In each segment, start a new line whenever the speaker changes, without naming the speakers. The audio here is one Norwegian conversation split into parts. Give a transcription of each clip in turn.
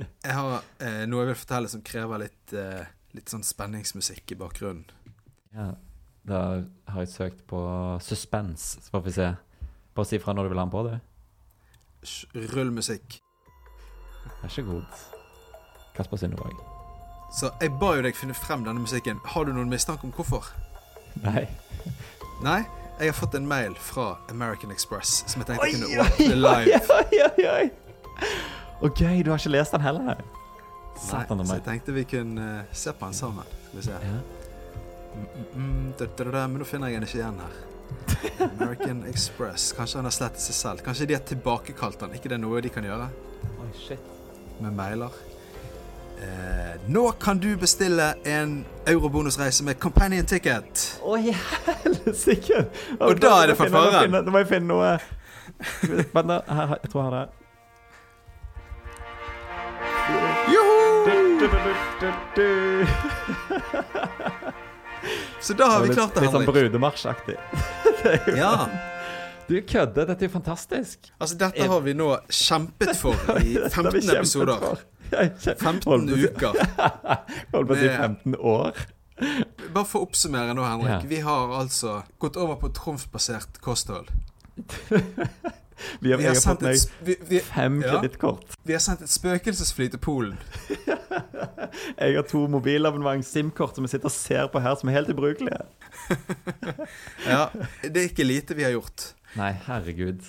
Jeg har eh, noe jeg vil fortelle som krever litt, eh, litt sånn spenningsmusikk i bakgrunnen.
Ja, da har jeg søkt på suspens, så får vi se. Bare si fra når du vil ha den på, du.
Sj- Rull musikk.
Vær så god. Kasper Sundevåg.
Så jeg ba jo deg finne frem denne musikken. Har du noen mistanke om hvorfor?
Nei.
Nei? Jeg har fått en mail fra American Express som jeg tenkte
Oi,
jeg kunne
oi,
åpne live.
oi, oi, oi. OK, du har ikke lest den heller?
Nei,
Satan og
så jeg
meg.
tenkte vi kunne eh, se på den sammen. Skal vi se.
Ja.
Mm, mm, mm, da, da, da, da, men nå finner jeg den ikke igjen her. American Express. Kanskje han har slettet seg selv. Kanskje de har tilbakekalt den. Ikke det er noe de kan gjøre
Oi, shit.
med mailer. Eh, nå kan du bestille en eurobonusreise med companion ticket.
Oi, helsike! Ja,
Og
men
da er det
må jeg finne-
forføreren.
Da må jeg finne noe Vent, da. Her, her, jeg tror jeg har det.
Joho!
Du-du-du-du-du.
Så da har vi
Litt-
klart det,
Litt sånn
Henrik.
brudemarsjaktig.
Ja.
Du kødder, dette er jo fantastisk.
Altså, dette har vi nå kjempet for i 15 episoder. 15 uker.
Holdt på å si
Med-
15 år.
Bare for å oppsummere nå, Henrik.
Ja.
Vi har altså gått over på trumfbasert kosthold.
Vi har,
Vi
jeg
har
har
sendt
fått meg
et, sp- vi, vi,
fem
Ja.
kredittkort.
vi har sendt et spøkelsesfly til Polen.
Jeg har to mobilabonnement, SIM-kort som jeg sitter og ser på her, som er helt ubrukelige.
Ja, Det er ikke lite vi har gjort.
Nei, herregud.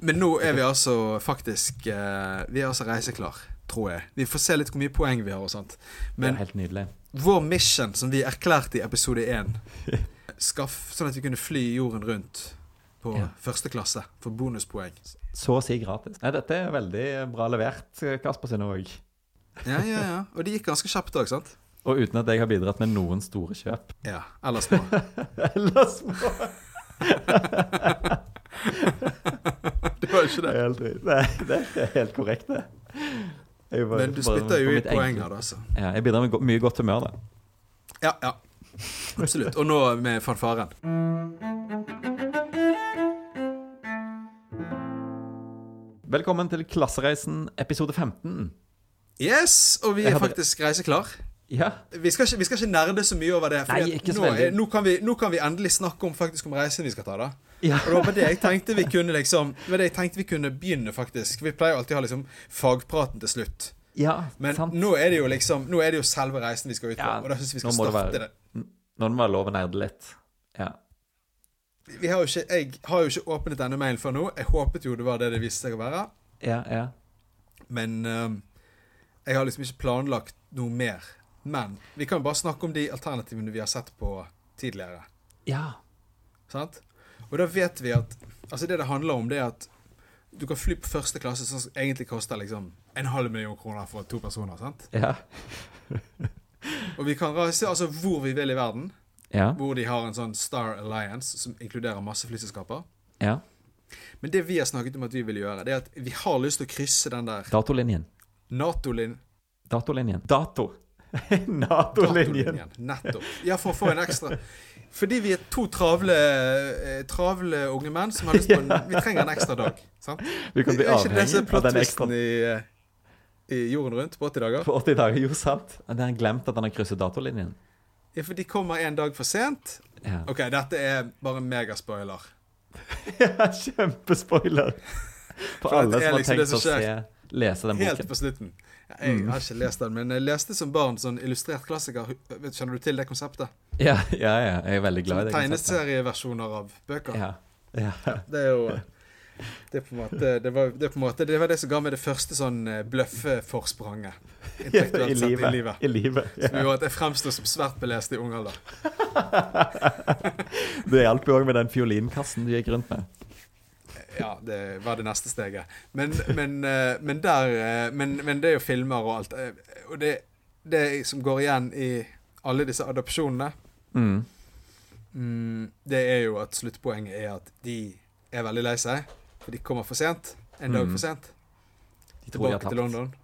Men nå er vi altså faktisk eh, Vi er altså reiseklar, tror jeg. Vi får se litt hvor mye poeng vi har og sånt.
Det
Men
er helt nydelig.
vår mission, som vi erklærte i episode 1 Skaff sånn at vi kunne fly jorden rundt på
Ja.
første klasse for bonuspoeng.
Så å si gratis. Nei, dette er veldig bra levert, Kasper Synnevåg.
Ja, ja, ja. Og det gikk ganske kjapt òg, sant?
Og uten at jeg har bidratt med noen store kjøp.
Ja. Ellers bra.
Ellers må
Det var ikke
Det
det.
er helt, riktig. Nei, det er helt korrekt, det. Jeg bare-
Men du
bare-
spytter
på
jo i
mitt
poeng
enkle-
her, da, altså.
Ja, jeg bidrar med go mye godt humør, da.
Ja, ja. Absolutt. Og nå med fanfaren.
Velkommen til Klassereisen episode 15.
Yes, og vi er
Jeg hadde-
faktisk reiseklar.
Ja,
Vi skal, ikke, vi skal ikke nerde så mye over det. fordi
Nei,
at
ikke så
nå, er,
veldig.
nå, kan vi, nå kan vi endelig snakke om faktisk om reisen vi skal ta, da.
ja.
Og det var bare det jeg tenkte vi kunne liksom Det var det jeg tenkte vi kunne begynne, faktisk. Vi pleier jo alltid å ha liksom fagpraten til slutt.
ja
Men
sant.
nå er det jo liksom Nå er det jo selve reisen vi skal ut på,
Ja,
og da syns vi
nå
skal
må det
starte
være-
det.
Nå må det være lov å nerde litt. Ja.
Vi har jo ikke, jeg har jo ikke åpnet denne mailen før nå. Jeg håpet jo det var det det viste seg å være.
Ja, ja.
Men ehm, jeg har liksom ikke planlagt noe mer. Men vi kan jo bare snakke om de alternativene vi har sett på tidligere.
Ja.
Sant? Og da vet vi at Altså, det det handler om, det er at du kan fly på første klasse, sånn som egentlig koster liksom en halv million kroner for to personer. sant?
Ja.
Og vi kan reise altså hvor vi vil i verden,
Ja.
hvor de har en sånn Star Alliance som inkluderer masse flyselskaper.
ja.
Men det vi har snakket om at vi vil gjøre, det er at vi har lyst til å krysse den der
Datolinjen.
Nato-linjen.
Datolinjen. Dato. Datolinjen.
Datolinjen, Nettopp. Ja, for å få en ekstra. Fordi vi er to travle, eh, travle unge menn som har lyst på en, Vi trenger en ekstra dag. Sant?
Du kan bli
er ikke det som er
avhengig av den ekstra
plottvisten i, eh, i Jorden rundt på 80 dager?
på 80 dager. Jo, sant. Men Han har glemt at han har krysset datolinjen.
Ja, for de kommer en dag for sent.
Ja.
OK, dette er bare megaspoiler.
Kjempespoiler. For
For
alle
det er
som har
liksom det
tenkt
som
å se, lese den
Helt
boken. Mm.
på slutten. Jeg har ikke lest den, men jeg leste som barn sånn illustrert klassiker. Vet- Kjenner du til det konseptet?
Ja, ja, ja, jeg er veldig glad i det. konseptet.
Tegneserieversjoner av bøker.
Ja. Ja.
Det er jo eh, det, er på en måte, det, var, det er på en måte Det var det som ga meg det første sånn eh, bløffeforspranget.
I
Intellektuelt sett i
livet.
livet.
I livet.
Som
Ja.
gjorde at jeg fremsto som svært belest i ung alder.
Det hjalp jo òg med den fiolinkassen du gikk rundt med.
Ja, det var det neste steget. Men, men, eh, men der eh, men, men det er jo filmer og alt. eh, Og det, det som går igjen i alle disse adopsjonene,
Mm.
mm, det er jo at sluttpoenget er at de er veldig lei seg. For de kommer for sent. En dag
Mm.
for sent.
De tror de har
Tilbake til
tapt.
London.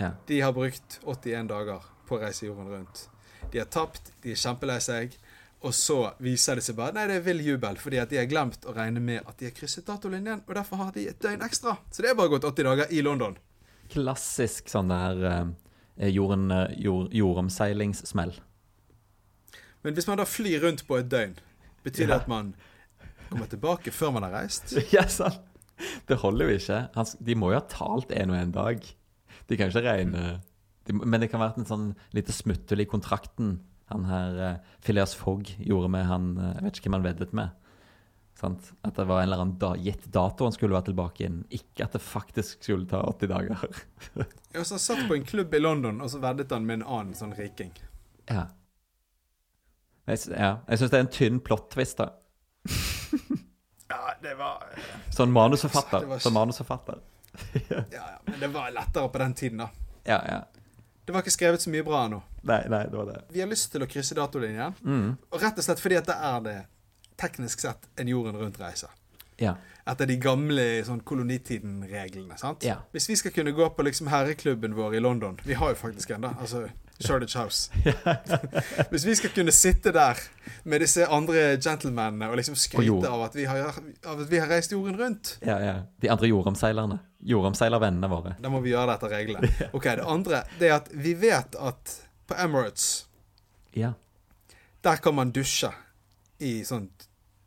Ja.
De har brukt 81 dager på å reise jorden rundt. De har tapt, de er kjempelei seg. Og så viser det seg bare Nei, det er vill jubel, fordi at de har glemt å regne med at de har krysset datolinjen, og derfor har de et døgn ekstra. Så det er bare gått 80 dager i London.
klassisk sånn der eh, jorden, eh, jord, jordomseilingssmell.
Men hvis man da flyr rundt på et døgn, betyr det at man kommer tilbake før man har reist?
Ja, sant? Det holder jo ikke. Han, s- de må jo ha talt en og en dag. De kan ikke regne de, må- Men det kan være en sånn lite smutthull i kontrakten han her eh, Phileas Fogg gjorde med han eh, Jeg vet ikke hvem han veddet med. Sant? At det var en eller annen da, gitt dato han skulle være tilbake innen. Ikke at det faktisk skulle ta 80 dager.
Og så satt på en klubb i London, og så veddet han med en annen sånn riking.
Ja. Jeg, s- ja. jeg syns det er en tynn plot-twist, da.
Ja, det var
Sånn manusforfatter.
Det var-
Som manusforfatter.
Ja, ja, men det var lettere på den tiden, da.
Ja, ja.
Det var ikke skrevet så mye bra ennå.
Nei, nei, det var det.
Vi har lyst til å krysse datolinjen,
Mm.
og rett og slett fordi at det er det teknisk sett en jorden rundt-reise.
Ja.
Etter de gamle sånn, kolonitiden-reglene. sant?
Ja.
Hvis vi skal kunne gå på liksom, herreklubben vår i London Vi har jo faktisk en, da. Altså Shoreditch House. Hvis vi skal kunne sitte der med disse andre gentlemanene og liksom
Og jord.
skryte av at, vi har, av at vi har reist jorden rundt,
Ja, ja. De andre jordomseilerne. Jordomseilervennene våre.
da må vi gjøre det etter reglene. Ok, Det andre det er at vi vet at på Emirates
Ja.
Der kan man dusje i sånn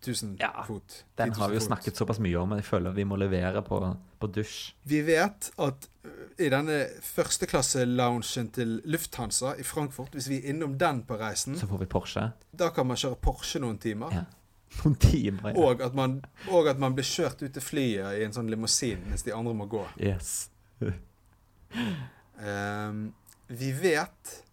1000
Ja,
fot.
Den
10 000
har vi jo
fot.
snakket såpass mye om, men jeg føler vi må levere på, på dusj.
Vi vet at ø, i denne førsteklasse-loungen til Lufthansa i Frankfurt, hvis vi er innom den på reisen,
Så får vi Porsche.
da kan man kjøre Porsche noen timer.
Ja. Noen timer igjen.
Og at, man, og at man blir kjørt ut til flyet i en sånn limousin mens de andre må gå.
Yes.
Ehm, vi vet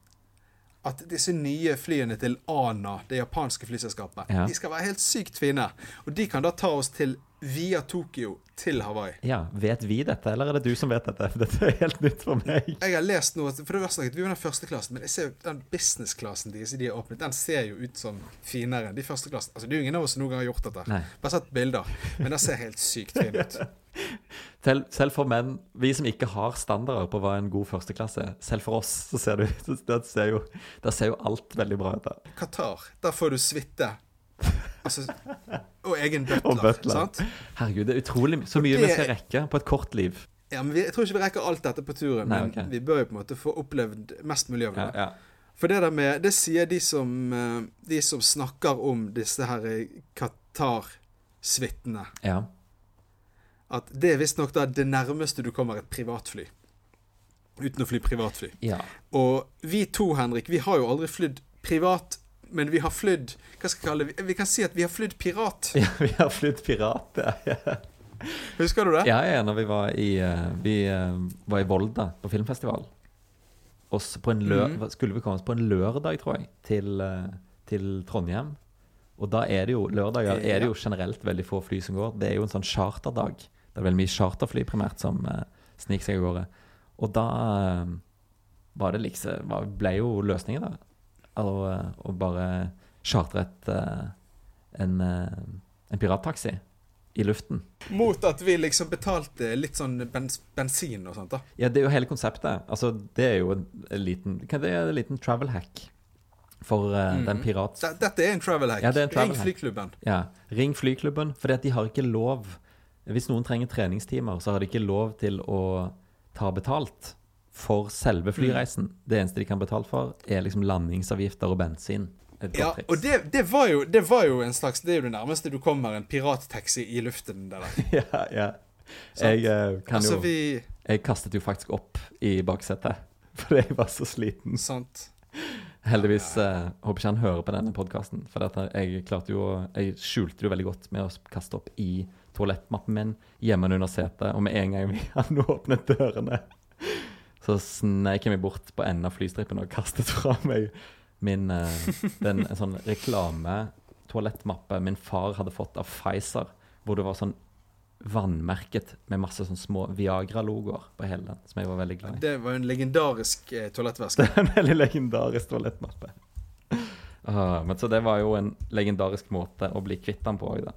at disse nye flyene til ANA, det japanske flyselskapet,
Ja.
de skal være helt sykt fine. Og de kan da ta oss til via Tokyo til Hawaii.
Ja, vet vi dette, eller er det du som vet dette? For Dette er helt nytt for meg.
Jeg har lest noe, for det var snakket, Vi var den første klassen, men jeg ser jo den businessklassen de, de har åpnet, den ser jo ut som finere enn de første klassen. Altså, det er jo ingen av oss som noen gang har gjort dette.
Nei.
Bare sett bilder. Men den ser helt sykt fin ut.
Selv, selv for menn, vi som ikke har standarder på hva en god førsteklasse er, selv for oss, så ser du det ser jo, Der ser jo alt veldig bra ut. da.
Qatar, der får du suite. Altså, og egen
Og
butler.
butler.
Sant?
Herregud, det er utrolig my- så mye vi skal rekke på et kort liv.
Ja, men vi, jeg tror ikke vi rekker alt dette på turen,
Nei,
men
ok.
vi bør jo på en måte få opplevd mest mulig av det.
Ja, ja.
For det der med Det sier de som, eh, de som snakker om disse her eh, Qatar-suitene.
ja.
at det er visstnok da det nærmeste du kommer et privatfly. Uten å fly privatfly.
ja.
Og vi to, Henrik, vi har jo aldri flydd privat, men vi har flydd Hva skal jeg kalle det? Vi- Vi kan si at vi har flydd pirat.
ja vi har flydd pirat. Ja, ja.
Husker du det?
Ja, ja, når vi var i, eh, vi, eh, var i Volda på filmfestival. Og så på en lø
Mhm.
skulle vi komme oss på en lørdag, tror jeg, til, eh, til Trondheim. Og da er det jo lørdager er det jo generelt veldig få fly som går. Det er jo en sånn charterdag. Det er veldig mye charterfly primært som eh, sniker seg av gårde. Og da eh, var det liksom var, ble jo løsningen, da. Å eh, å bare chartre et eh, en, eh, en pirattaxi i luften.
Mot at vi liksom betalte litt sånn bens bensin og sånt, da.
Ja, det er jo hele konseptet. Altså, det er jo en, en liten hva- Det er en liten travel hack for eh, den
Mhm.
pirat...
D dette er en travel hack.
Ja, det er en travel
Ring
hack.
flyklubben.
Ja. Ring flyklubben, for de har ikke lov Hvis noen trenger treningstimer, så har de ikke lov til å ta betalt for
Mhm.
selve flyreisen. Det eneste de kan betale for, er liksom landingsavgifter og bensin. Et godt
Ja,
triks.
og det, det, var jo, det var jo en slags Det er jo det nærmeste du kommer en pirattaxi i luften. Det der.
ja, ja. Jeg eh, kan
Altså,
jo
vi
Jeg kastet jo faktisk opp i baksetet. Fordi jeg var så sliten.
Sant.
Heldigvis eh, håper ikke han hører på denne podkasten. For at jeg klarte jo å- Jeg skjulte det jo veldig godt med å kaste opp i toalettmappen min hjemme under setet, og med en gang vi han åpnet dørene, så snek jeg meg bort på enden av flystrippen og kastet fra meg min eh, den, En sånn reklametoalettmappe min far hadde fått av Pfizer, hvor det var sånn vannmerket med masse sånn små Viagra-logoer på hele den, som jeg var veldig glad i.
Det var jo en legendarisk eh, toalettveske.
Det er en veldig legendarisk toalettmappe. Ah, men så det var jo en legendarisk måte å bli kvitt den på òg, da.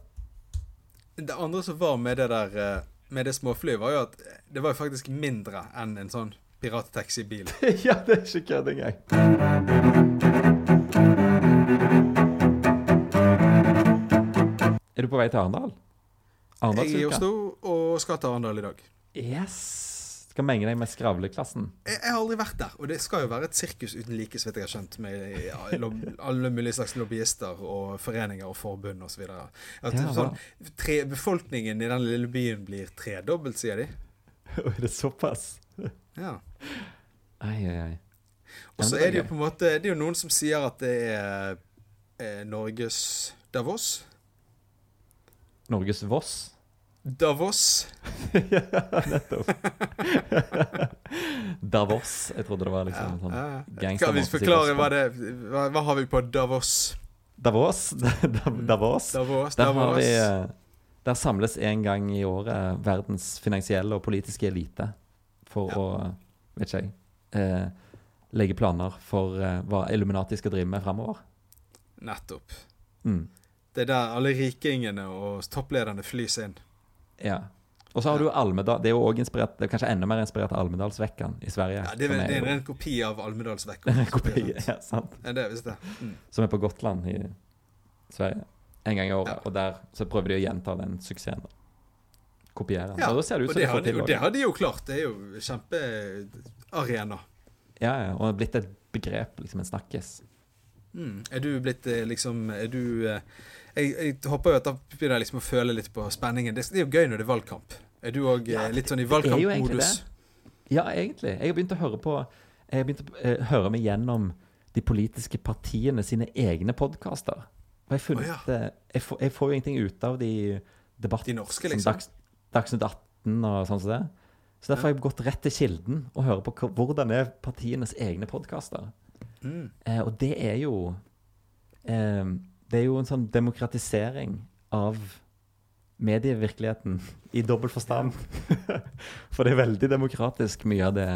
Det andre som var med det der eh, Med det småflyet, var jo at det var jo faktisk mindre enn en sånn pirattaxibil.
ja, det er ikke kødd engang. Er du på vei til Arendal?
Jeg er i
Arendalsuka?
Oslo og skal til Arendal i dag.
Yes! Skal menge deg med skravleklassen.
Jeg, jeg har aldri vært der, og det skal jo være et sirkus uten like, så vidt jeg har skjønt, med ja, lob, alle mulige slags lobbyister og foreninger og forbund osv.
Ja,
Sånn, tre- befolkningen i den lille byen blir tredobbelt, sier de.
Og er det såpass?
Ja.
Ai, ai, ai.
Og så
Ja,
er
men
det jo
gøy.
på en måte Det er jo noen som sier at det er eh, Norges Davos.
Norges Voss.
Davos.
ja, nettopp. Davos. Jeg trodde det var
Ja,
liksom sånn
ja.
gangstermåte
Kan vi
å si
forklare
Voss på?
hva det hva, hva har vi på Davos?
Davos. Dav- Davos.
Davos,
Der, har
Davos.
vi, eh, der samles en gang i året verdens finansielle og politiske elite for
Ja.
å vet ikke jeg, eh, legge planer for eh, hva Illuminati skal drive med framover.
Nettopp.
Mm.
Det er der alle rikingene og topplederne flys inn.
Ja. Og så har du Almedal. Det er jo også inspirert, det er kanskje enda mer inspirert av Almedalsvekkan i Sverige.
Ja, det, er,
som
det er
jo-
en kopi av Almedalsvekka.
en kopi, ja, sant?
Er det visst det? Mm.
Som er på Gotland i Sverige en gang i året.
Ja.
Og der så prøver de å gjenta den suksessen. da. Kopiere den.
Ja,
og da ser det ut
Og
som
det
de
har,
får
de,
til
og
også.
det har de jo klart. Det er jo kjempearena.
Ja, ja, og det er blitt et begrep, liksom en snakkis.
Mm. Er du blitt eh, liksom Er du eh, jeg, jeg håper jo at da begynner jeg liksom å føle litt på spenningen. Det, det er jo gøy når det er valgkamp. Er du òg
Ja,
litt sånn i
det er jo egentlig
valgkampmodus?
Ja, egentlig. Jeg har begynt å høre på Jeg har begynt å eh, høre meg gjennom de politiske partiene sine egne podkaster. Og jeg har funnet
Å, ja.
eh, jeg, får, jeg får jo ingenting ut av de debattene
De norske, liksom?
Dags, Dagsnytt 18 og sånn som det. Så derfor har jeg gått rett til kilden og hører på hva- hvordan er partienes egne podkaster.
Mm.
Eh, og det er jo eh, Det er jo en sånn demokratisering av medievirkeligheten i dobbel forstand. For det er veldig demokratisk. Mye av, det,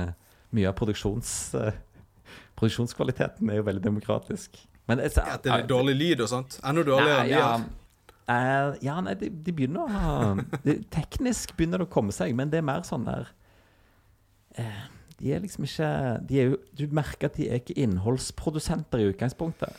mye av produksjons, eh, produksjonskvaliteten er jo veldig demokratisk. Men jeg,
At det er dårlig lyd og sånt? Enda dårligere
Nei,
enn vi
ja,
har?
eh, ja, nei, de, de begynner å ha de, Teknisk begynner det å komme seg, men det er mer sånn der eh, De er liksom ikke de er jo, Du merker at de er ikke innholdsprodusenter i utgangspunktet.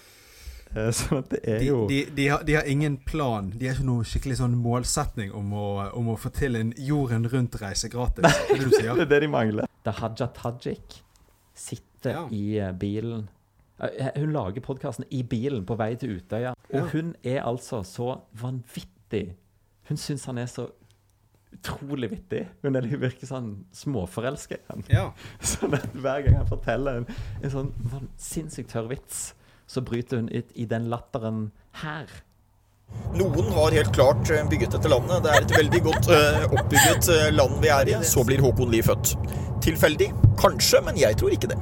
Eh, sånn at det er
De,
jo
de, de, har, de har ingen plan. De har ikke noen skikkelig sånn målsetning om å, om å få til en jorden rundt-reise gratis. Er det du sier?
Det er det de mangler. Da Haja Tajik sitter
Ja.
i eh, bilen Eh, Hun lager podkasten i bilen på vei til Utøya. Og
Ja.
hun er altså så vanvittig Hun syns han er så utrolig vittig. Hun er, virker sånn småforelska i han.
Ja.
Sånn at hver gang han forteller en, en sånn van- sinnssykt tørr vits, så bryter hun ut i den latteren her.
Noen har helt klart eh, bygget dette landet. Det er et veldig godt eh, oppbygget eh, land vi er i. Så blir Håkon Lie født. Tilfeldig? Kanskje, men jeg tror ikke det.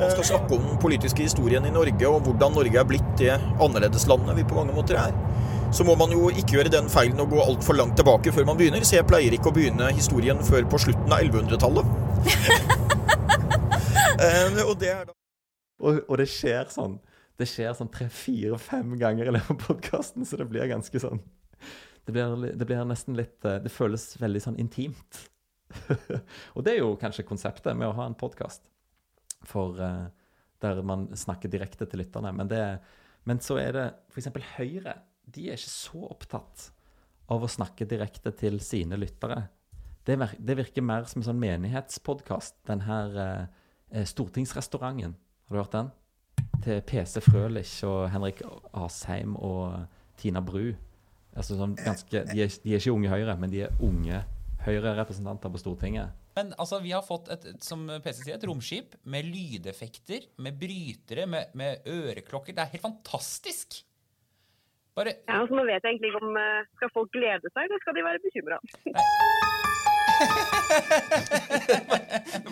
Man skal snakke om den politiske historien i Norge og hvordan Norge er blitt det annerledeslandet vi på mange måter er. Så må man jo ikke gjøre den feilen å gå altfor langt tilbake før man begynner, så jeg pleier ikke å begynne historien før på slutten av 1100-tallet. Eh, og det er da
Og, og det skjer sånn Det skjer sånn tre-fire-fem ganger i løpet av podkasten, så det blir ganske sånn det blir, li- det blir nesten litt eh, Det føles veldig sånn intimt. og det er jo kanskje konseptet med å ha en podkast der man snakker direkte til lytterne. Men, det, men så er det f.eks. Høyre. De er ikke så opptatt av å snakke direkte til sine lyttere. Det, vir- det virker mer som en sånn menighetspodkast, den her eh, eh, Stortingsrestauranten. Har du hørt den? Til PC Frølich og Henrik Asheim og Tina Bru. Altså sånn ganske, de, er, de er ikke unge Høyre, men de er unge Høyre-representanter på Stortinget.
Men altså, vi har fått et, et- som PC sier, et romskip med lydeffekter, med brytere, med, med øreklokker. Det er helt fantastisk! Bare
Ja, altså, nå vet jeg egentlig ikke om eh, Skal folk glede seg, eller skal de være bekymra?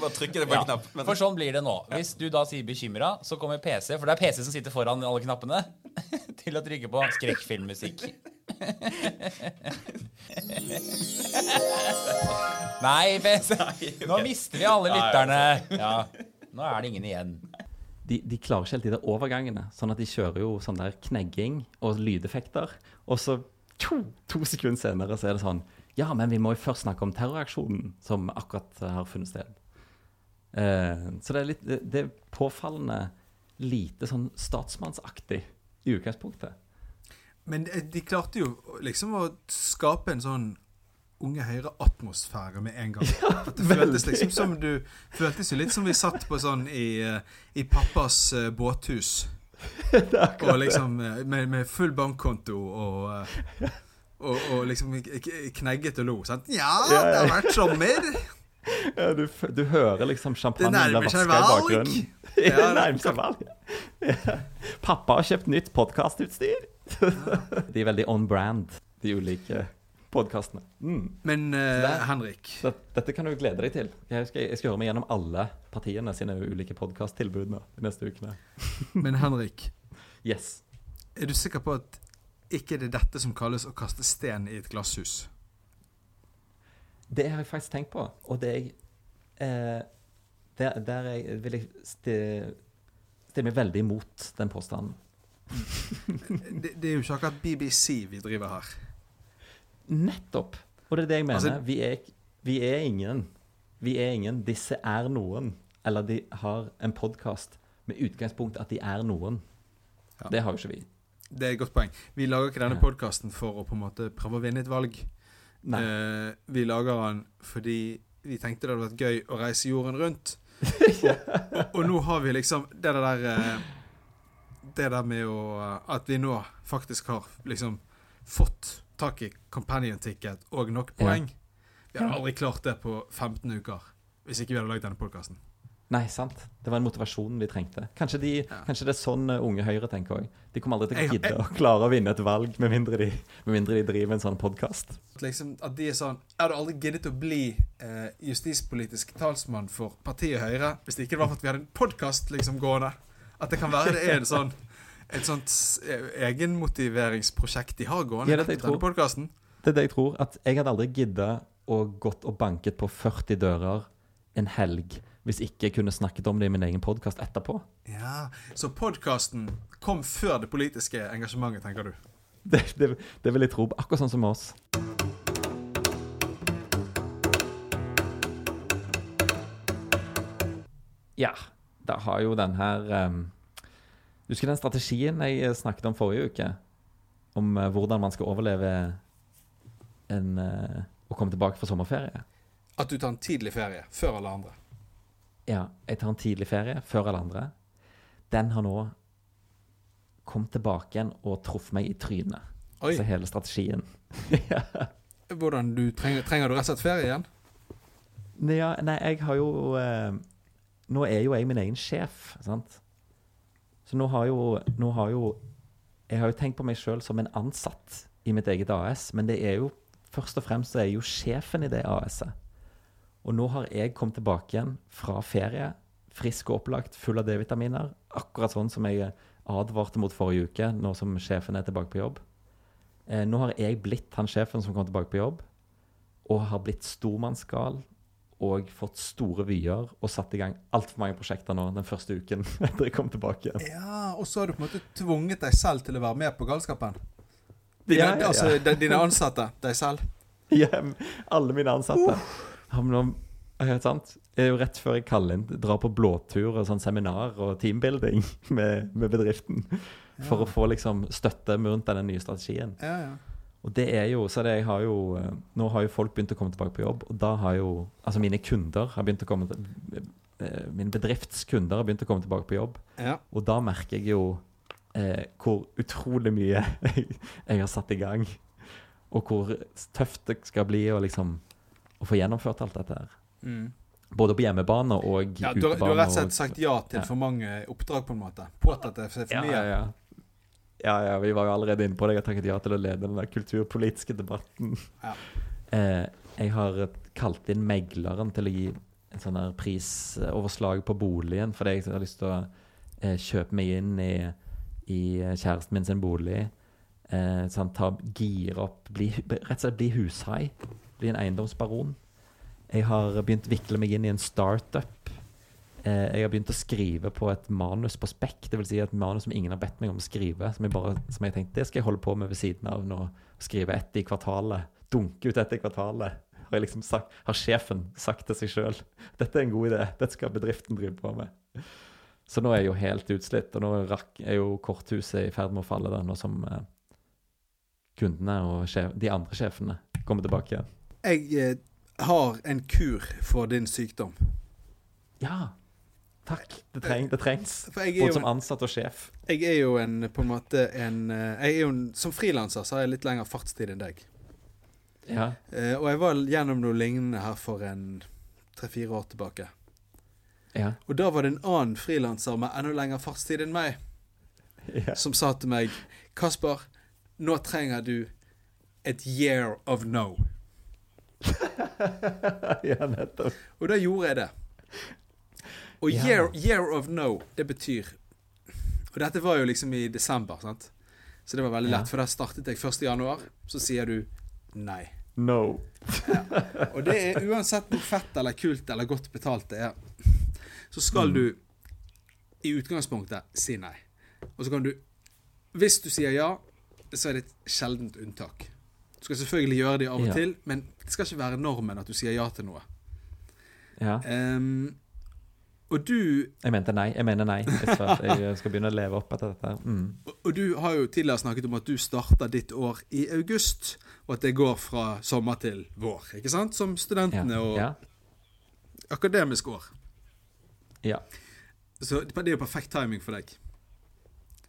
Bare trykke det på en
ja,
knapp. Men,
For sånn blir det nå. Hvis du da sier bekymra, så kommer PC, for det er PC som sitter foran alle knappene, til å trykke på skrekkfilmmusikk. Nei, PC. Nå mister vi alle lytterne. Ja. Nå er det ingen igjen.
De, de klarer ikke helt de der overgangene, sånn at de kjører jo sånn der knegging og lydeffekter. Og så tjo, to sekunder senere så er det sånn Ja, men vi må jo først snakke om terroraksjonen som akkurat eh, har funnet sted. Eh, så det er litt det- Det er påfallende lite sånn statsmannsaktig i utgangspunktet.
eh, Men de, de klarte jo liksom å skape en sånn Unge Høyre-atmosfære med en gang. det føltes liksom som du føltes jo litt som vi satt på sånn i, eh, i pappas eh, båthus. Og liksom eh, med, med full bankkonto og eh, og, og liksom k- k- knegget og lo. Sant? Ja, det har vært sommer.
Ja, du, f- du hører liksom
Det
champagne blir
nærmer
vaska
seg
i
valg.
bakgrunnen.
Ja, liksom.
det
det-
nærmer seg valg. Ja. Pappa har kjøpt nytt podkastutstyr. De er veldig on brand, de ulike podkastene. Mm.
Men eh,
der-
Henrik,
Så det- Dette kan du glede deg til. Jeg skal, jeg skal høre meg gjennom alle partiene sine ulike podkasttilbud de neste ukene.
men Henrik,
Yes.
er du sikker på at ikke det er dette som kalles å kaste sten i et glasshus?
Det har jeg faktisk tenkt på, og det jeg eh, Der, der jeg vil jeg sti, stemme veldig imot den påstanden.
Det, det er jo ikke akkurat BBC vi driver her.
Nettopp. Og det er det jeg mener.
Altså-
vi, er, ikk- vi er ingen. Vi er ingen. Disse er noen. Eller de har en podkast med utgangspunkt at de er noen.
Ja.
Det har jo ikke vi.
Det er et godt poeng. Vi lager ikke denne
Ja.
podkasten for å på en måte prøve å vinne et valg.
Nei.
Eh, vi lager den fordi vi tenkte det hadde vært gøy å reise jorden rundt. Og, og, og nå har vi liksom det der eh, Det der med å eh, At vi nå faktisk har liksom fått tak i companion ticket og nok
Ja.
poeng. Vi hadde aldri klart det på 15 uker hvis ikke vi hadde lagd denne podkasten.
Nei, sant. Det var en motivasjon vi trengte. Kanskje, de, kanskje det er sånn eh, Unge Høyre tenker òg. De kommer aldri til å
Jeg-
gidde
jeg-
å klare å vinne et valg med mindre de, med mindre de driver en sånn podkast.
At, liksom, at de er sånn Jeg hadde aldri giddet å bli eh, justispolitisk talsmann for partiet Høyre hvis det ikke var for at vi hadde en podkast liksom, gående. At det kan være det er en sånn et sånt s- eh, egenmotiveringsprosjekt de har gående.
Ja, det er det jeg
nettopp denne podcasten.
Det er det jeg tror. At jeg hadde aldri gidda å gått og banket på 40 dører en helg hvis ikke jeg kunne snakket om det i min egen podkast etterpå.
Ja, Så podkasten kom før det politiske engasjementet, tenker du?
Det, det, det vil jeg tro. Akkurat sånn som oss. Ja, da har jo den her ehm, Husker den strategien jeg eh, snakket om forrige uke? Om eh, hvordan man skal overleve en, eh, å komme tilbake fra sommerferie?
At du tar en tidlig ferie før alle andre?
Ja, jeg tar en tidlig ferie før alle andre. Den har nå kommet tilbake igjen og truffet meg i trynet.
Oi.
Altså hele strategien.
Hvordan du trenger, trenger du rett og slett ferie igjen?
Nei, ja, nei, jeg har jo eh, Nå er jo jeg min egen sjef, sant? Så nå har jo, nå har jo Jeg har jo tenkt på meg sjøl som en ansatt i mitt eget AS, men det er jo først og fremst så er jeg jo sjefen i det AS-et. Og nå har jeg kommet tilbake igjen fra ferie, frisk og opplagt, full av D-vitaminer. Akkurat sånn som jeg advarte mot forrige uke, nå som sjefen er tilbake på jobb. Eh, nå har jeg blitt han sjefen som kom tilbake på jobb, og har blitt stormannsgal og fått store vyer og satt i gang altfor mange prosjekter nå den første uken etter jeg kom tilbake. igjen.
Ja, Og så har du på en måte tvunget deg selv til å være med på galskapen? Dine,
Ja, ja, ja.
Altså, de, dine ansatte, deg selv?
Hjem, alle mine ansatte. Har vi noen- ja, sant? Det er jo rett før jeg kaller inn, drar på blåtur og sånn seminar og teambuilding med, med bedriften. For å få liksom støtte rundt denne nye strategien.
Ja, ja.
Og det er jo, så det jeg har jo, eh, Nå har jo folk begynt å komme tilbake på jobb, og da har jo Altså mine kunder har begynt å komme til, eh, Min bedriftskunder har begynt å komme tilbake på jobb.
Ja.
Og da merker jeg jo eh, hvor utrolig mye jeg, jeg har satt i gang. Og hvor tøft det skal bli å liksom å få gjennomført alt dette her. Både på hjemmebane og
Mm. Ja, du,
utebane.
har- du har rett og
og-
slett sagt ja til
ja.
for mange oppdrag, på en måte. Påtatt deg for
ja,
mye.
ja, ja. ja, ja, vi var jo allerede inne på det. Jeg har takket ja til å lede den der kulturpolitiske debatten.
Ja.
Eh, jeg har kalt inn megleren til å gi en sånn der prisoverslag på boligen, fordi jeg har lyst til å eh, kjøpe meg inn i, i eh, kjæresten min sin bolig. Eh, sånn, ta, gire opp, bli, rett og slett bli hushai. Bli en eiendomsbaron. Jeg har begynt å vikle meg inn i en startup. Eh, jeg har begynt å skrive på et manus på spekk, dvs. Si et manus som ingen har bedt meg om å skrive. Som jeg bare som jeg tenkte det skal jeg holde på med ved siden av nå. Skrive ett i kvartalet. Dunke ut ett i kvartalet. Har, jeg liksom sagt, har sjefen sagt til seg sjøl dette er en god idé, dette skal bedriften drive på med. Så nå er jeg jo helt utslitt, og nå rakk, er jo korthuset i ferd med å falle, da, nå som eh, kundene og sjef, de andre sjefene kommer tilbake igjen.
Jeg eh, har en kur for din sykdom.
Ja. Takk. Det, treng, det trengs.
For jeg er
Både
jo-
som ansatt og sjef.
Jeg er jo en på en måte en eh, Jeg er jo en, Som frilanser så har jeg litt lengre fartstid enn deg.
Ja.
Eh, og jeg var gjennom noe lignende her for en tre-fire år tilbake.
Ja.
Og da var det en annen frilanser med enda lengre fartstid enn meg
ja.
som sa til meg Kasper, nå trenger du et year of no.
ja nettopp.
Og da gjorde jeg det. Og
Ja.
year, year of no, det betyr Og dette var jo liksom i desember, sant? Så det var veldig
Ja.
lett, for da startet jeg 1. januar. Så sier du nei.
No.
Og det er uansett hvor fett eller kult eller godt betalt det er, så skal
Mm.
du i utgangspunktet si nei. Og så kan du Hvis du sier ja, så er det et sjeldent unntak. Du skal selvfølgelig gjøre det av og
Ja.
til, men det skal ikke være normen at du sier ja til noe.
Ja.
Ehm, og du
Jeg mente nei. Jeg mener nei. Jeg sa at jeg eh, skal begynne å leve opp etter dette. Mm.
Og du har jo tidligere snakket om at du starter ditt år i august, og at det går fra sommer til vår, ikke sant? Som
Ja.
studentene og
ja.
akademisk år.
Ja.
Så det er jo perfekt timing for deg.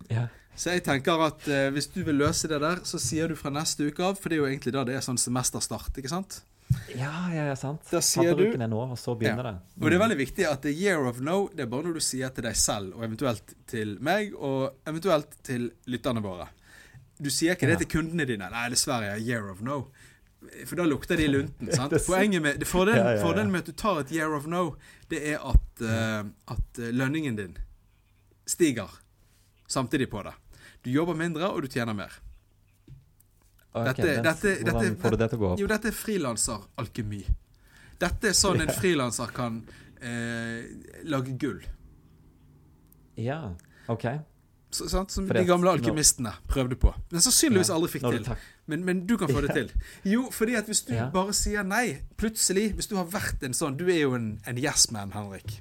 ja.
Så jeg tenker at eh, hvis du vil løse det der, så sier du fra neste uke av, for det er jo egentlig da det er sånn semesterstart, ikke sant?
Ja, ja, ja, sant.
Da sier du-
Fadderuken er nå, og så begynner
Ja.
det.
Og det er veldig viktig at the year of no, det er bare noe du sier til deg selv, og eventuelt til meg, og eventuelt til lytterne våre. Du sier ikke det til kundene dine. Nei, dessverre, year of no. For da lukter de lunten. sant? Poenget med, det- fordelen,
Ja, ja, ja.
fordelen med at du tar et year of no, det er at, eh, at eh, lønningen din stiger samtidig på det. Du jobber mindre, og du tjener mer.
Ok,
Dette,
men
dette, dette,
Hvordan får du det til å gå opp?
Jo, dette er frilanseralkemi. Dette er sånn en frilanser kan eh, lage gull.
Ja, OK.
Så, sant? Som
Fordi
de
at
gamle
nå-
alkemistene prøvde på. Men sannsynligvis
Ja,
aldri fikk
når du
til.
tak-
Men, men du kan få det til. Jo, fordi at hvis du
Ja.
bare sier nei, plutselig Hvis du har vært en sånn Du er jo en, en yes man, Henrik.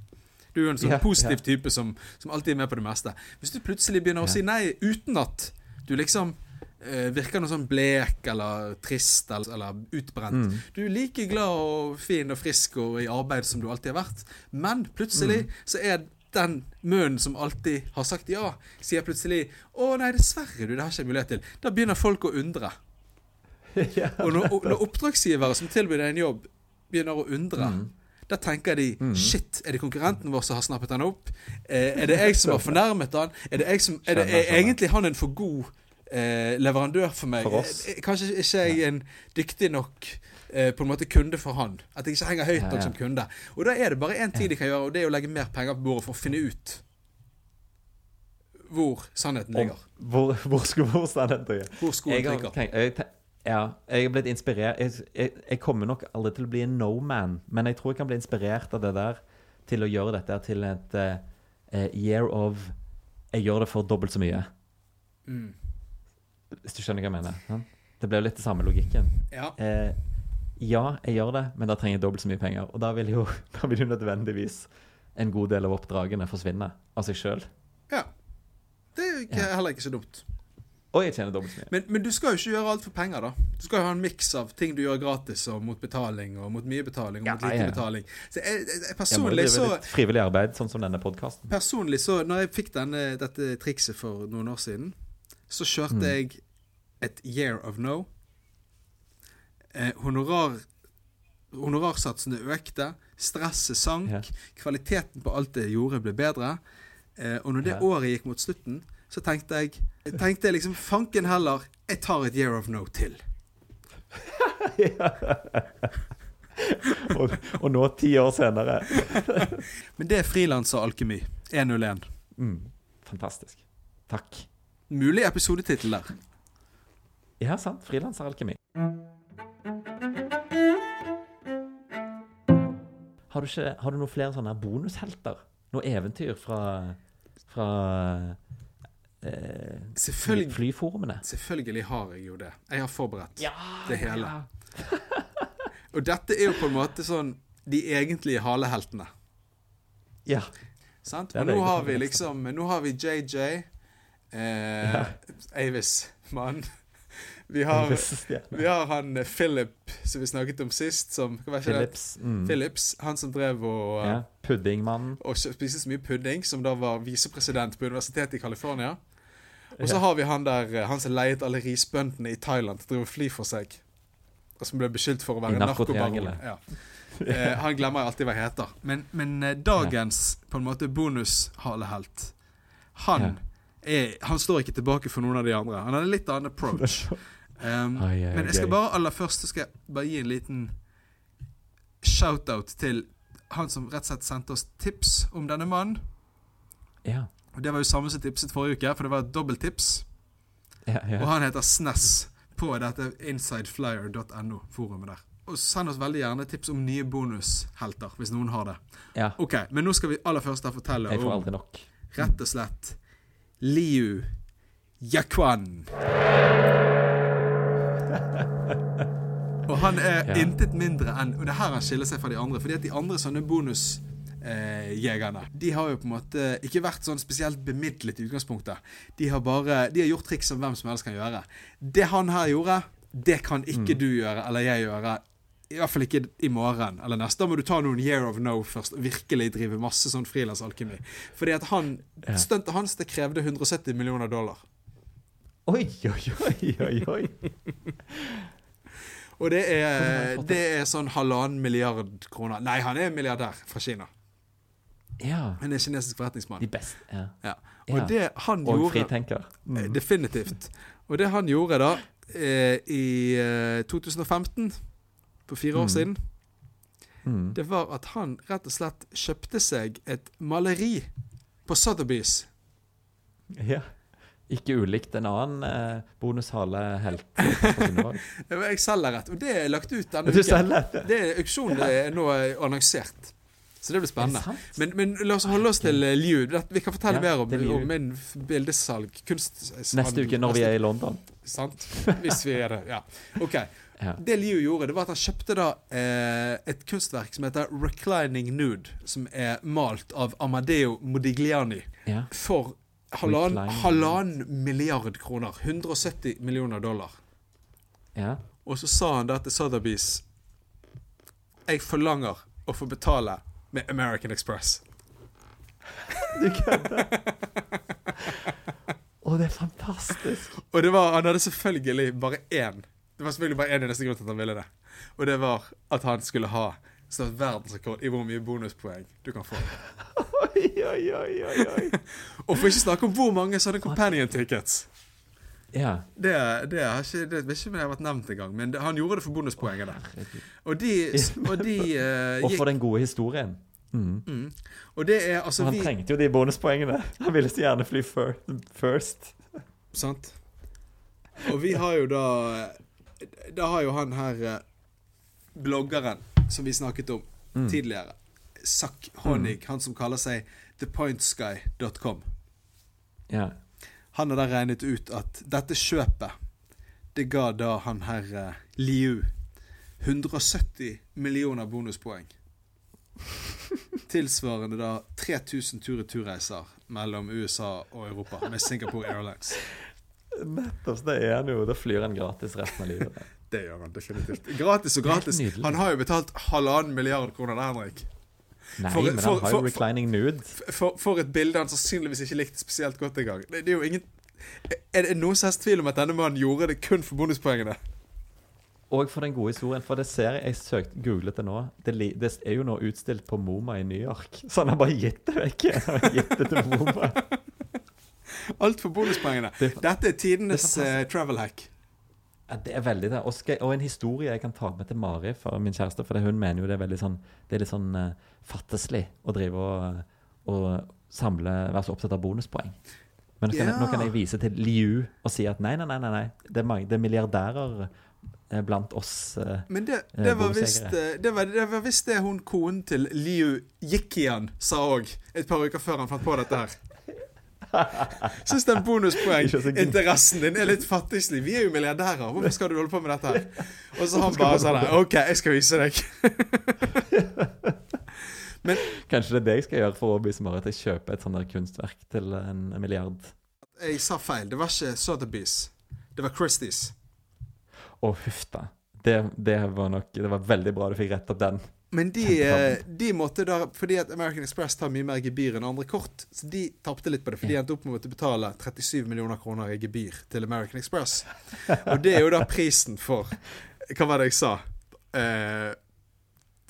Du er jo en sånn
Ja,
positiv
ja.
type som, som alltid er med på det meste. Hvis du plutselig begynner å si nei uten at du liksom eh, virker noe sånn blek eller trist eller, eller utbrent.
Mm.
Du er like glad og fin og frisk og i arbeid som du alltid har vært, men
Mm.
plutselig så er den munnen som alltid har sagt ja, sier plutselig 'Å nei, dessverre, du, det har jeg ikke mulighet til'. Da begynner folk å undre.
Ja.
Og når, og når oppdragsgivere som tilbyr deg en jobb, begynner å undre,
Mm.
da tenker de Shit, er det konkurrenten vår som har snappet han opp? Eh, er det jeg som har fornærmet han? Er, det jeg som, er, det,
Skjønner,
er
skjønner.
egentlig han en for god eh, leverandør for meg?
For oss.
Eh, Kanskje ikke jeg en dyktig nok eh, på en måte kunde for han? At jeg ikke henger høyt
Ja,
nok
ja.
som kunde? Og da er det bare én ting de kan gjøre, og det er å legge mer penger på bordet for å finne ut hvor sannheten
Om,
ligger.
hvor, hvor skulle hvor stand den?
Hvor skoen
jeg har
trykker.
tenkt- jeg te- ja, jeg er blitt inspirert jeg, jeg, jeg kommer nok aldri til å bli en no man, men jeg tror jeg kan bli inspirert av det der til å gjøre dette til et eh, eh, year of Jeg gjør det for dobbelt så mye.
Mm.
Hvis du skjønner hva jeg mener? Ja? Det ble jo litt den samme logikken.
Ja.
Eh, ja, jeg gjør det, men da trenger jeg dobbelt så mye penger. Og da vil jo, da vil jo nødvendigvis en god del av oppdragene forsvinne av seg sjøl.
ja. Det er jo ikke, heller ikke så dumt.
Og jeg tjener dobbelt så mye.
Men, men du skal jo ikke gjøre alt for penger, da. Du skal jo ha en miks av ting du gjør gratis, og mot betaling, og mot mye betaling, og
Ja,
mot lite
ja, ja.
betaling. Så jeg, jeg, jeg
Jeg må jo
personlig,
drive
så,
litt frivillig arbeid, sånn som denne podkasten.
personlig så Når jeg fikk denne, dette trikset for noen år siden, så kjørte
Mm.
jeg et year of no. Eh, honorar, honorarsatsene økte, stresset sank,
Ja.
kvaliteten på alt det jeg gjorde, ble bedre. Eh, og når det
Ja.
året gikk mot slutten, så tenkte jeg, jeg tenkte jeg liksom Fanken heller, jeg tar et year of no til.
Og, og nå, ti år senere
Men det er frilanser-alkemi. 101.
Fantastisk. Takk.
Mulig episodetittel der.
Ja, sant. Frilanseralkemi. Har du, ikke, har du noen flere sånne bonushelter? Noe eventyr fra, fra eh, fly-
Selvfølgelig,
flyforumene?
selvfølgelig har jeg jo det. Jeg har forberedt det hele.
ja.
Og dette er jo på en måte sånn de egentlige haleheltene.
Ja.
Sant?
Det er
Og nå
det
har
jeg
vi
har
liksom Nå har vi JJ, eh, Avis-mann. Vi har, vi
Lysestjerne.
har han eh, Philip som vi snakket om sist, som hva var ikke det?
Philips. Mm.
Philips. Han som drev og, eh,
Ja. Puddingmannen.
og spiste så mye pudding, som da var visepresident på universitetet i California. Og så har vi han der, eh, han som leiet alle risbøndene i Thailand til å drive og fly for seg. Og som ble beskyldt for å
I
være narkobaron.
narkotriangelet.
Ja. Eh, han glemmer alltid hva jeg heter. Men, men eh, dagens på en måte bonushalehelt, han, er, han står ikke tilbake for noen av de andre. Han har en litt annen approach. Um,
Ai, ai,
men jeg skal
gøy.
bare aller først så skal jeg bare gi en liten shout-out til han som rett og slett sendte oss tips om denne mannen.
Ja.
Og Det var jo samme som tipset forrige uke, for det var et dobbelttips.
Ja,
Og
ja.
han heter Sness på dette insideflyer.no-forumet der. Og send oss veldig gjerne tips om nye bonushelter, hvis noen har det.
ja.
Ok, Men nå skal vi aller først da fortelle
Jeg får
om
aldri nok.
rett og slett Liu Yakwan. Og han er
Ja.
intet mindre enn Og det er her han skiller seg fra de andre. Fordi at de andre sånne bonusjegerne eh, jegerne, De har jo på en måte ikke vært sånn spesielt bemidlet i utgangspunktet. De har bare De har gjort triks som hvem som helst kan gjøre. Det han her gjorde, det kan ikke du gjøre eller jeg gjøre. I hvert fall ikke i morgen eller neste. Da må du ta noen year of no først. Og virkelig drive masse sånn frilansalkemi. Fordi at han stuntet hans det krevde 170 millioner dollar.
Oi, oi, oi, oi, oi.
Og det
Sånn
er, det er sånn halvannen milliard kroner. Nei, han er milliardær fra Kina.
Ja.
Han er kinesisk
De
forretningsmann.
beste. Ja.
Ja.
Ja.
Og det han
Og
gjorde
fritenker.
eh, Definitivt. Og det han gjorde da, eh, i eh, 2015, for fire år siden,
Mm.
det var at han rett og slett kjøpte seg et maleri på Sotheby's.
Ja. Ikke ulikt en annen eh, bonushale-helt. fra Sunnmøre.
Det var- Jeg selger et, og det er lagt ut denne
Du selger det?
Det er auksjonen det er nå annonsert. Så det blir
Er det
spennende.
sant?
Men, men la oss holde oss til eh, Liu. Det- Vi kan fortelle
Ja,
mer om,
det er Liu.
om en f- bildesalg. Kunst...
Neste uke når vi er i London.
Sant? Hvis vi er det. Ja. Ok.
Ja.
Det Liu gjorde, det var at han kjøpte da eh, et kunstverk som heter Reclining Nude, som er malt av Amadeo Modigliani
Ja.
for halvannen
Reclining.
halvannen milliard kroner. 170 millioner dollar.
ja.
Og så sa han da til Sotheby's Jeg forlanger å få betale med American Express.
Å, det er fantastisk.
Og det var, han hadde selvfølgelig bare én Det var selvfølgelig bare én eneste grunn til at han ville det. Og det var at han skulle ha snart verdensrekord i hvor mye bonuspoeng du kan få.
Oi, oi, oi, oi, oi.
Og for ikke snakke om hvor mange sånne companion tickets.
Ja.
Det, det, har ikke, det vet ikke om det har vært nevnt engang, men det, han gjorde det for bonuspoenget der. Og de, og de eh,
Og
gikk
for den gode historien.
Og det er altså
Han
vi
trengte jo de bonuspoengene. Han ville så gjerne fly fir- first.
Sant? Og vi har jo da Da har jo han her eh, bloggeren som vi snakket om tidligere, Zack Honig, han som kaller seg thepointsky.com.
Ja.
Han har da regnet ut at dette kjøpet, det ga da han her eh, Liu 170 millioner bonuspoeng. Tilsvarende da 3000 tur-retur-reiser mellom USA og Europa med Singapore Airlines.
Nettopp. så Det er altså. han jo. Da flyr han gratis resten av livet.
Det gjør han definitivt. Gratis og gratis.
Helt nydelig.
Han har jo betalt halvannen milliard kroner der, Henrik.
Nei,
For-
men
for-
han har
for-
jo reclining nude.
For, for et bilde han sannsynligvis ikke likte spesielt godt engang. Det, det er jo ingen Er det noen som helst tvil om at denne mannen gjorde det kun for bonuspoengene?
Og for den gode historien, for det ser jeg, jeg søkte, googlet det nå. Det, li- det er jo nå utstilt på MoMA i New York, så han har bare gitt det vekk. Han har gitt det til MoMA.
Alt for bonuspoengene.
Det er fa-
Dette er tidenes
det er
eh, travel hack.
Ja, det er veldig det. Og, skal, og en historie jeg kan ta med til Mari, for min kjæreste, for det, hun mener jo det er veldig sånn, det er litt sånn eh, fatteslig å drive og, og samle, være så opptatt av bonuspoeng. Men nå kan, jeg, nå kan jeg vise til Liu og si at nei, nei, nei, nei, nei. Det, er mange, det er milliardærer eh, blant oss. eh,
Men det,
Eh,
det, var
bonusjegere.
visst, eh, det, var, det var visst det hun konen til Liu Yikian sa òg, et par uker før han fant på dette her. Syns den
Ikke så gøy.
bonuspoenginteressen din er litt fattigslig. Vi er jo milliardærer, hvorfor skal du holde på med dette her? Og så han bare sånn her, OK, jeg skal vise deg.
Kanskje det er det jeg skal gjøre for å overbevise Mari til å kjøpe et sånt der kunstverk til en milliard.
Jeg sa feil. Det var ikke Sotheby's. Det var Christies.
Og huff da. Det, det var nok Det var veldig bra du fikk rett opp den.
Men de, eh, de måtte da Fordi at American Express tar mye mer gebyr enn andre kort, så de tapte litt på det. For de endte opp med å måtte betale 37 millioner kroner i gebyr til American Express. Og det er jo da prisen for Hva var det jeg sa? Eh,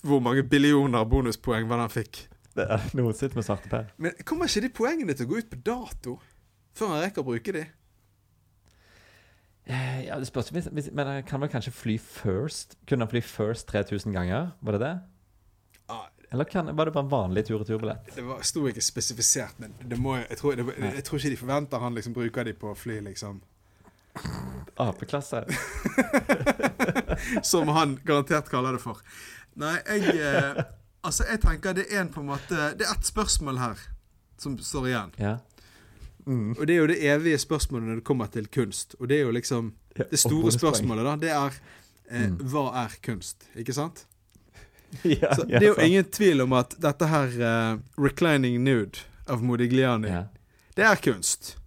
hvor mange billioner bonuspoeng var det han fikk?
Det er Noen sitter med svarteper.
Men kommer ikke de poengene til å gå ut på dato før han rekker å bruke de?
Eh, Ja, det spørs hvis, hvis, Men jeg kan vel kanskje fly first? Kunne han fly first 3000 ganger? Var det det?
Ah,
Eller kan, var det bare en vanlig tur-retur-billett?
Det var, sto ikke spesifisert, men det må, jeg, tror, det, jeg tror ikke de forventer han liksom bruker de på å fly, liksom.
Apeklasse.
Som han garantert kaller det for. Nei, jeg eh, Altså, jeg tenker det er en på en måte Det er ett spørsmål her som står igjen.
Ja. Mm.
Og det er jo det evige spørsmålet når det kommer til kunst. Og det er jo liksom
Ja, Mm.
Det
og
store
bonuspoeng.
spørsmålet, da, det er eh, Hva er kunst? Ikke sant?
ja,
Så
ja,
det er jo
sant.
ingen tvil om at dette her eh, 'Reclining Nude' av Modigliani,
ja.
det er kunst.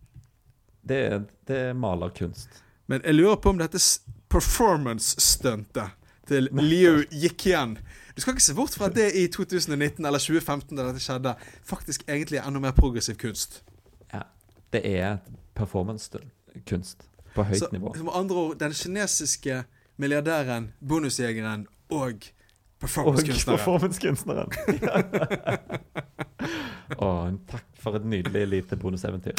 Det, er- det er malerkunst.
Men jeg lurer på om dette s- performance-stuntet til Liu gikk igjen. Du skal ikke se bort fra at det i 2019 eller 2015 da dette skjedde, faktisk egentlig er enda mer progressiv kunst.
Ja. Det er et performance-kunst på høyt
Så
nivå.
med andre ord, den kinesiske milliardæren, bonusjegeren og
Og
performancekunstneren.
performancekunstneren. Å, takk for et nydelig lite bonuseventyr.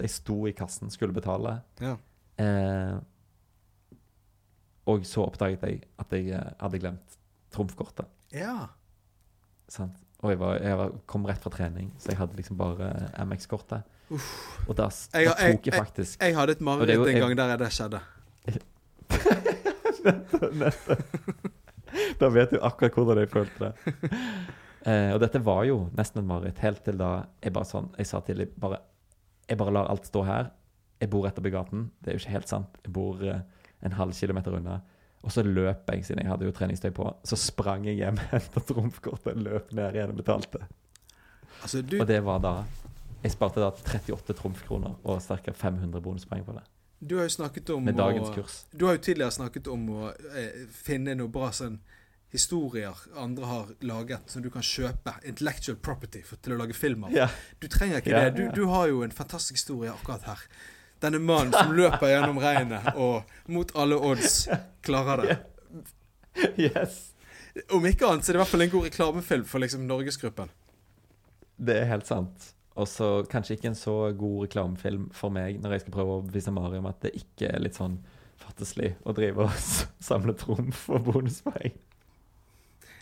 Jeg sto i kassen, skulle betale,
Ja.
eh, og så oppdaget jeg at jeg eh, hadde glemt trumfkortet.
ja.
Sant? Og jeg, var, jeg var, kom rett fra trening, så jeg hadde liksom bare MX-kortet. Og da, s-
Jeg-
da
jeg-
tok jeg
jeg-
faktisk
Jeg hadde et
Og det
mareritt
er jo-
en gang
jeg-
der det skjedde.
Da vet du akkurat hvordan jeg følte det. Eh, og dette var jo nesten et mareritt, helt til da jeg bare sånn, jeg sa til dem bare Jeg bare lar alt stå her. Jeg bor rett oppi gaten. Det er jo ikke helt sant. Jeg bor eh, en halv kilometer unna. Og så løp jeg, siden jeg hadde jo treningstøy på. Så sprang jeg hjem, hentet trumfkortet, løp ned igjen og betalte.
Altså, du,
Og det var da Jeg sparte da 38 trumfkroner og ca. 500 bonuspoeng på det.
du har jo snakket om
Med dagens
å-
kurs.
Du har jo tidligere snakket om å eh, finne noe bra sånn historier andre har laget, som du kan kjøpe. Intellectual property for, til å lage film av.
Ja.
Du trenger ikke
Ja,
det.
ja.
Du, du har jo en fantastisk historie akkurat her. Denne mannen som løper gjennom regnet og mot alle odds klarer det.
Yes!
Om ikke annet så er det i hvert fall en god reklamefilm for liksom Norgesgruppen.
Det er helt sant. Og så kanskje ikke en så god reklamefilm for meg når jeg skal prøve å overbevise Mari om at det ikke er litt sånn fattigslig å drive og s- samle trumf og bonuspoeng.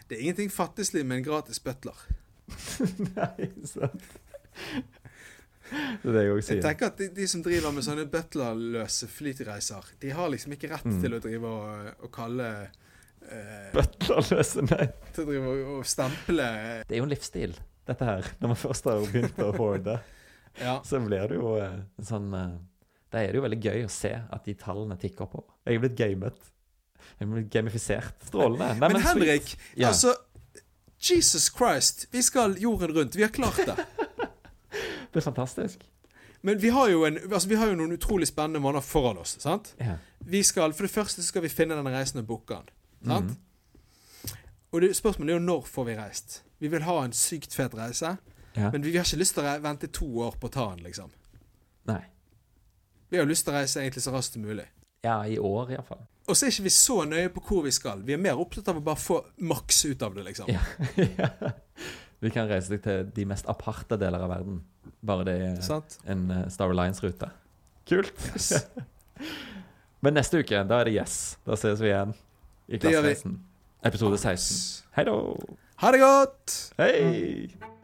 Det er ingenting fattigslig med en gratis butler.
Nei, sant? Det er det jeg òg
Jeg
sier.
tenker at de, de som driver med sånne butlerløse flytreiser, de har liksom ikke rett
Mm.
til å drive og, og kalle eh,
Butlerløse, nei.
til å drive og- og stemple eh,
Det er jo en livsstil, dette her. Når man først har begynt å hoarde,
Ja.
så blir det jo eh, en sånn eh, Da er det jo veldig gøy å se at de tallene tikker oppover. Jeg er blitt gamet. Jeg er blitt gamifisert. Strålende. Nei,
Men
sweet.
Henrik,
Ja.
altså Jesus Christ, vi skal jorden rundt. Vi har klart det.
Det er fantastisk.
Men vi har jo, en, altså, vi har jo noen utrolig spennende måneder foran oss. sant?
Ja.
Vi skal, For det første så skal vi finne den reisen og booke den. sant?
Mhm.
Og det, spørsmålet er jo når får vi reist? Vi vil ha en sykt fet reise,
ja.
men vi har ikke lyst til å re- vente to år på å ta den. liksom.
Nei.
Vi har jo lyst til å reise egentlig så raskt som mulig.
Ja, i år iallfall.
Og så er ikke vi så nøye på hvor vi skal. Vi er mer opptatt av å bare få maks ut av det. liksom.
Ja. ja. Vi kan reise deg til de mest aparte deler av verden. Bare det er
Sant?
en eh, Star Alliance-rute. Kult.
Yes.
Men neste uke, da er det Yes. Da ses vi igjen i
Det gjør vi.
Klassereisen. Episode 16. Hei da.
Ha det godt!
Hei.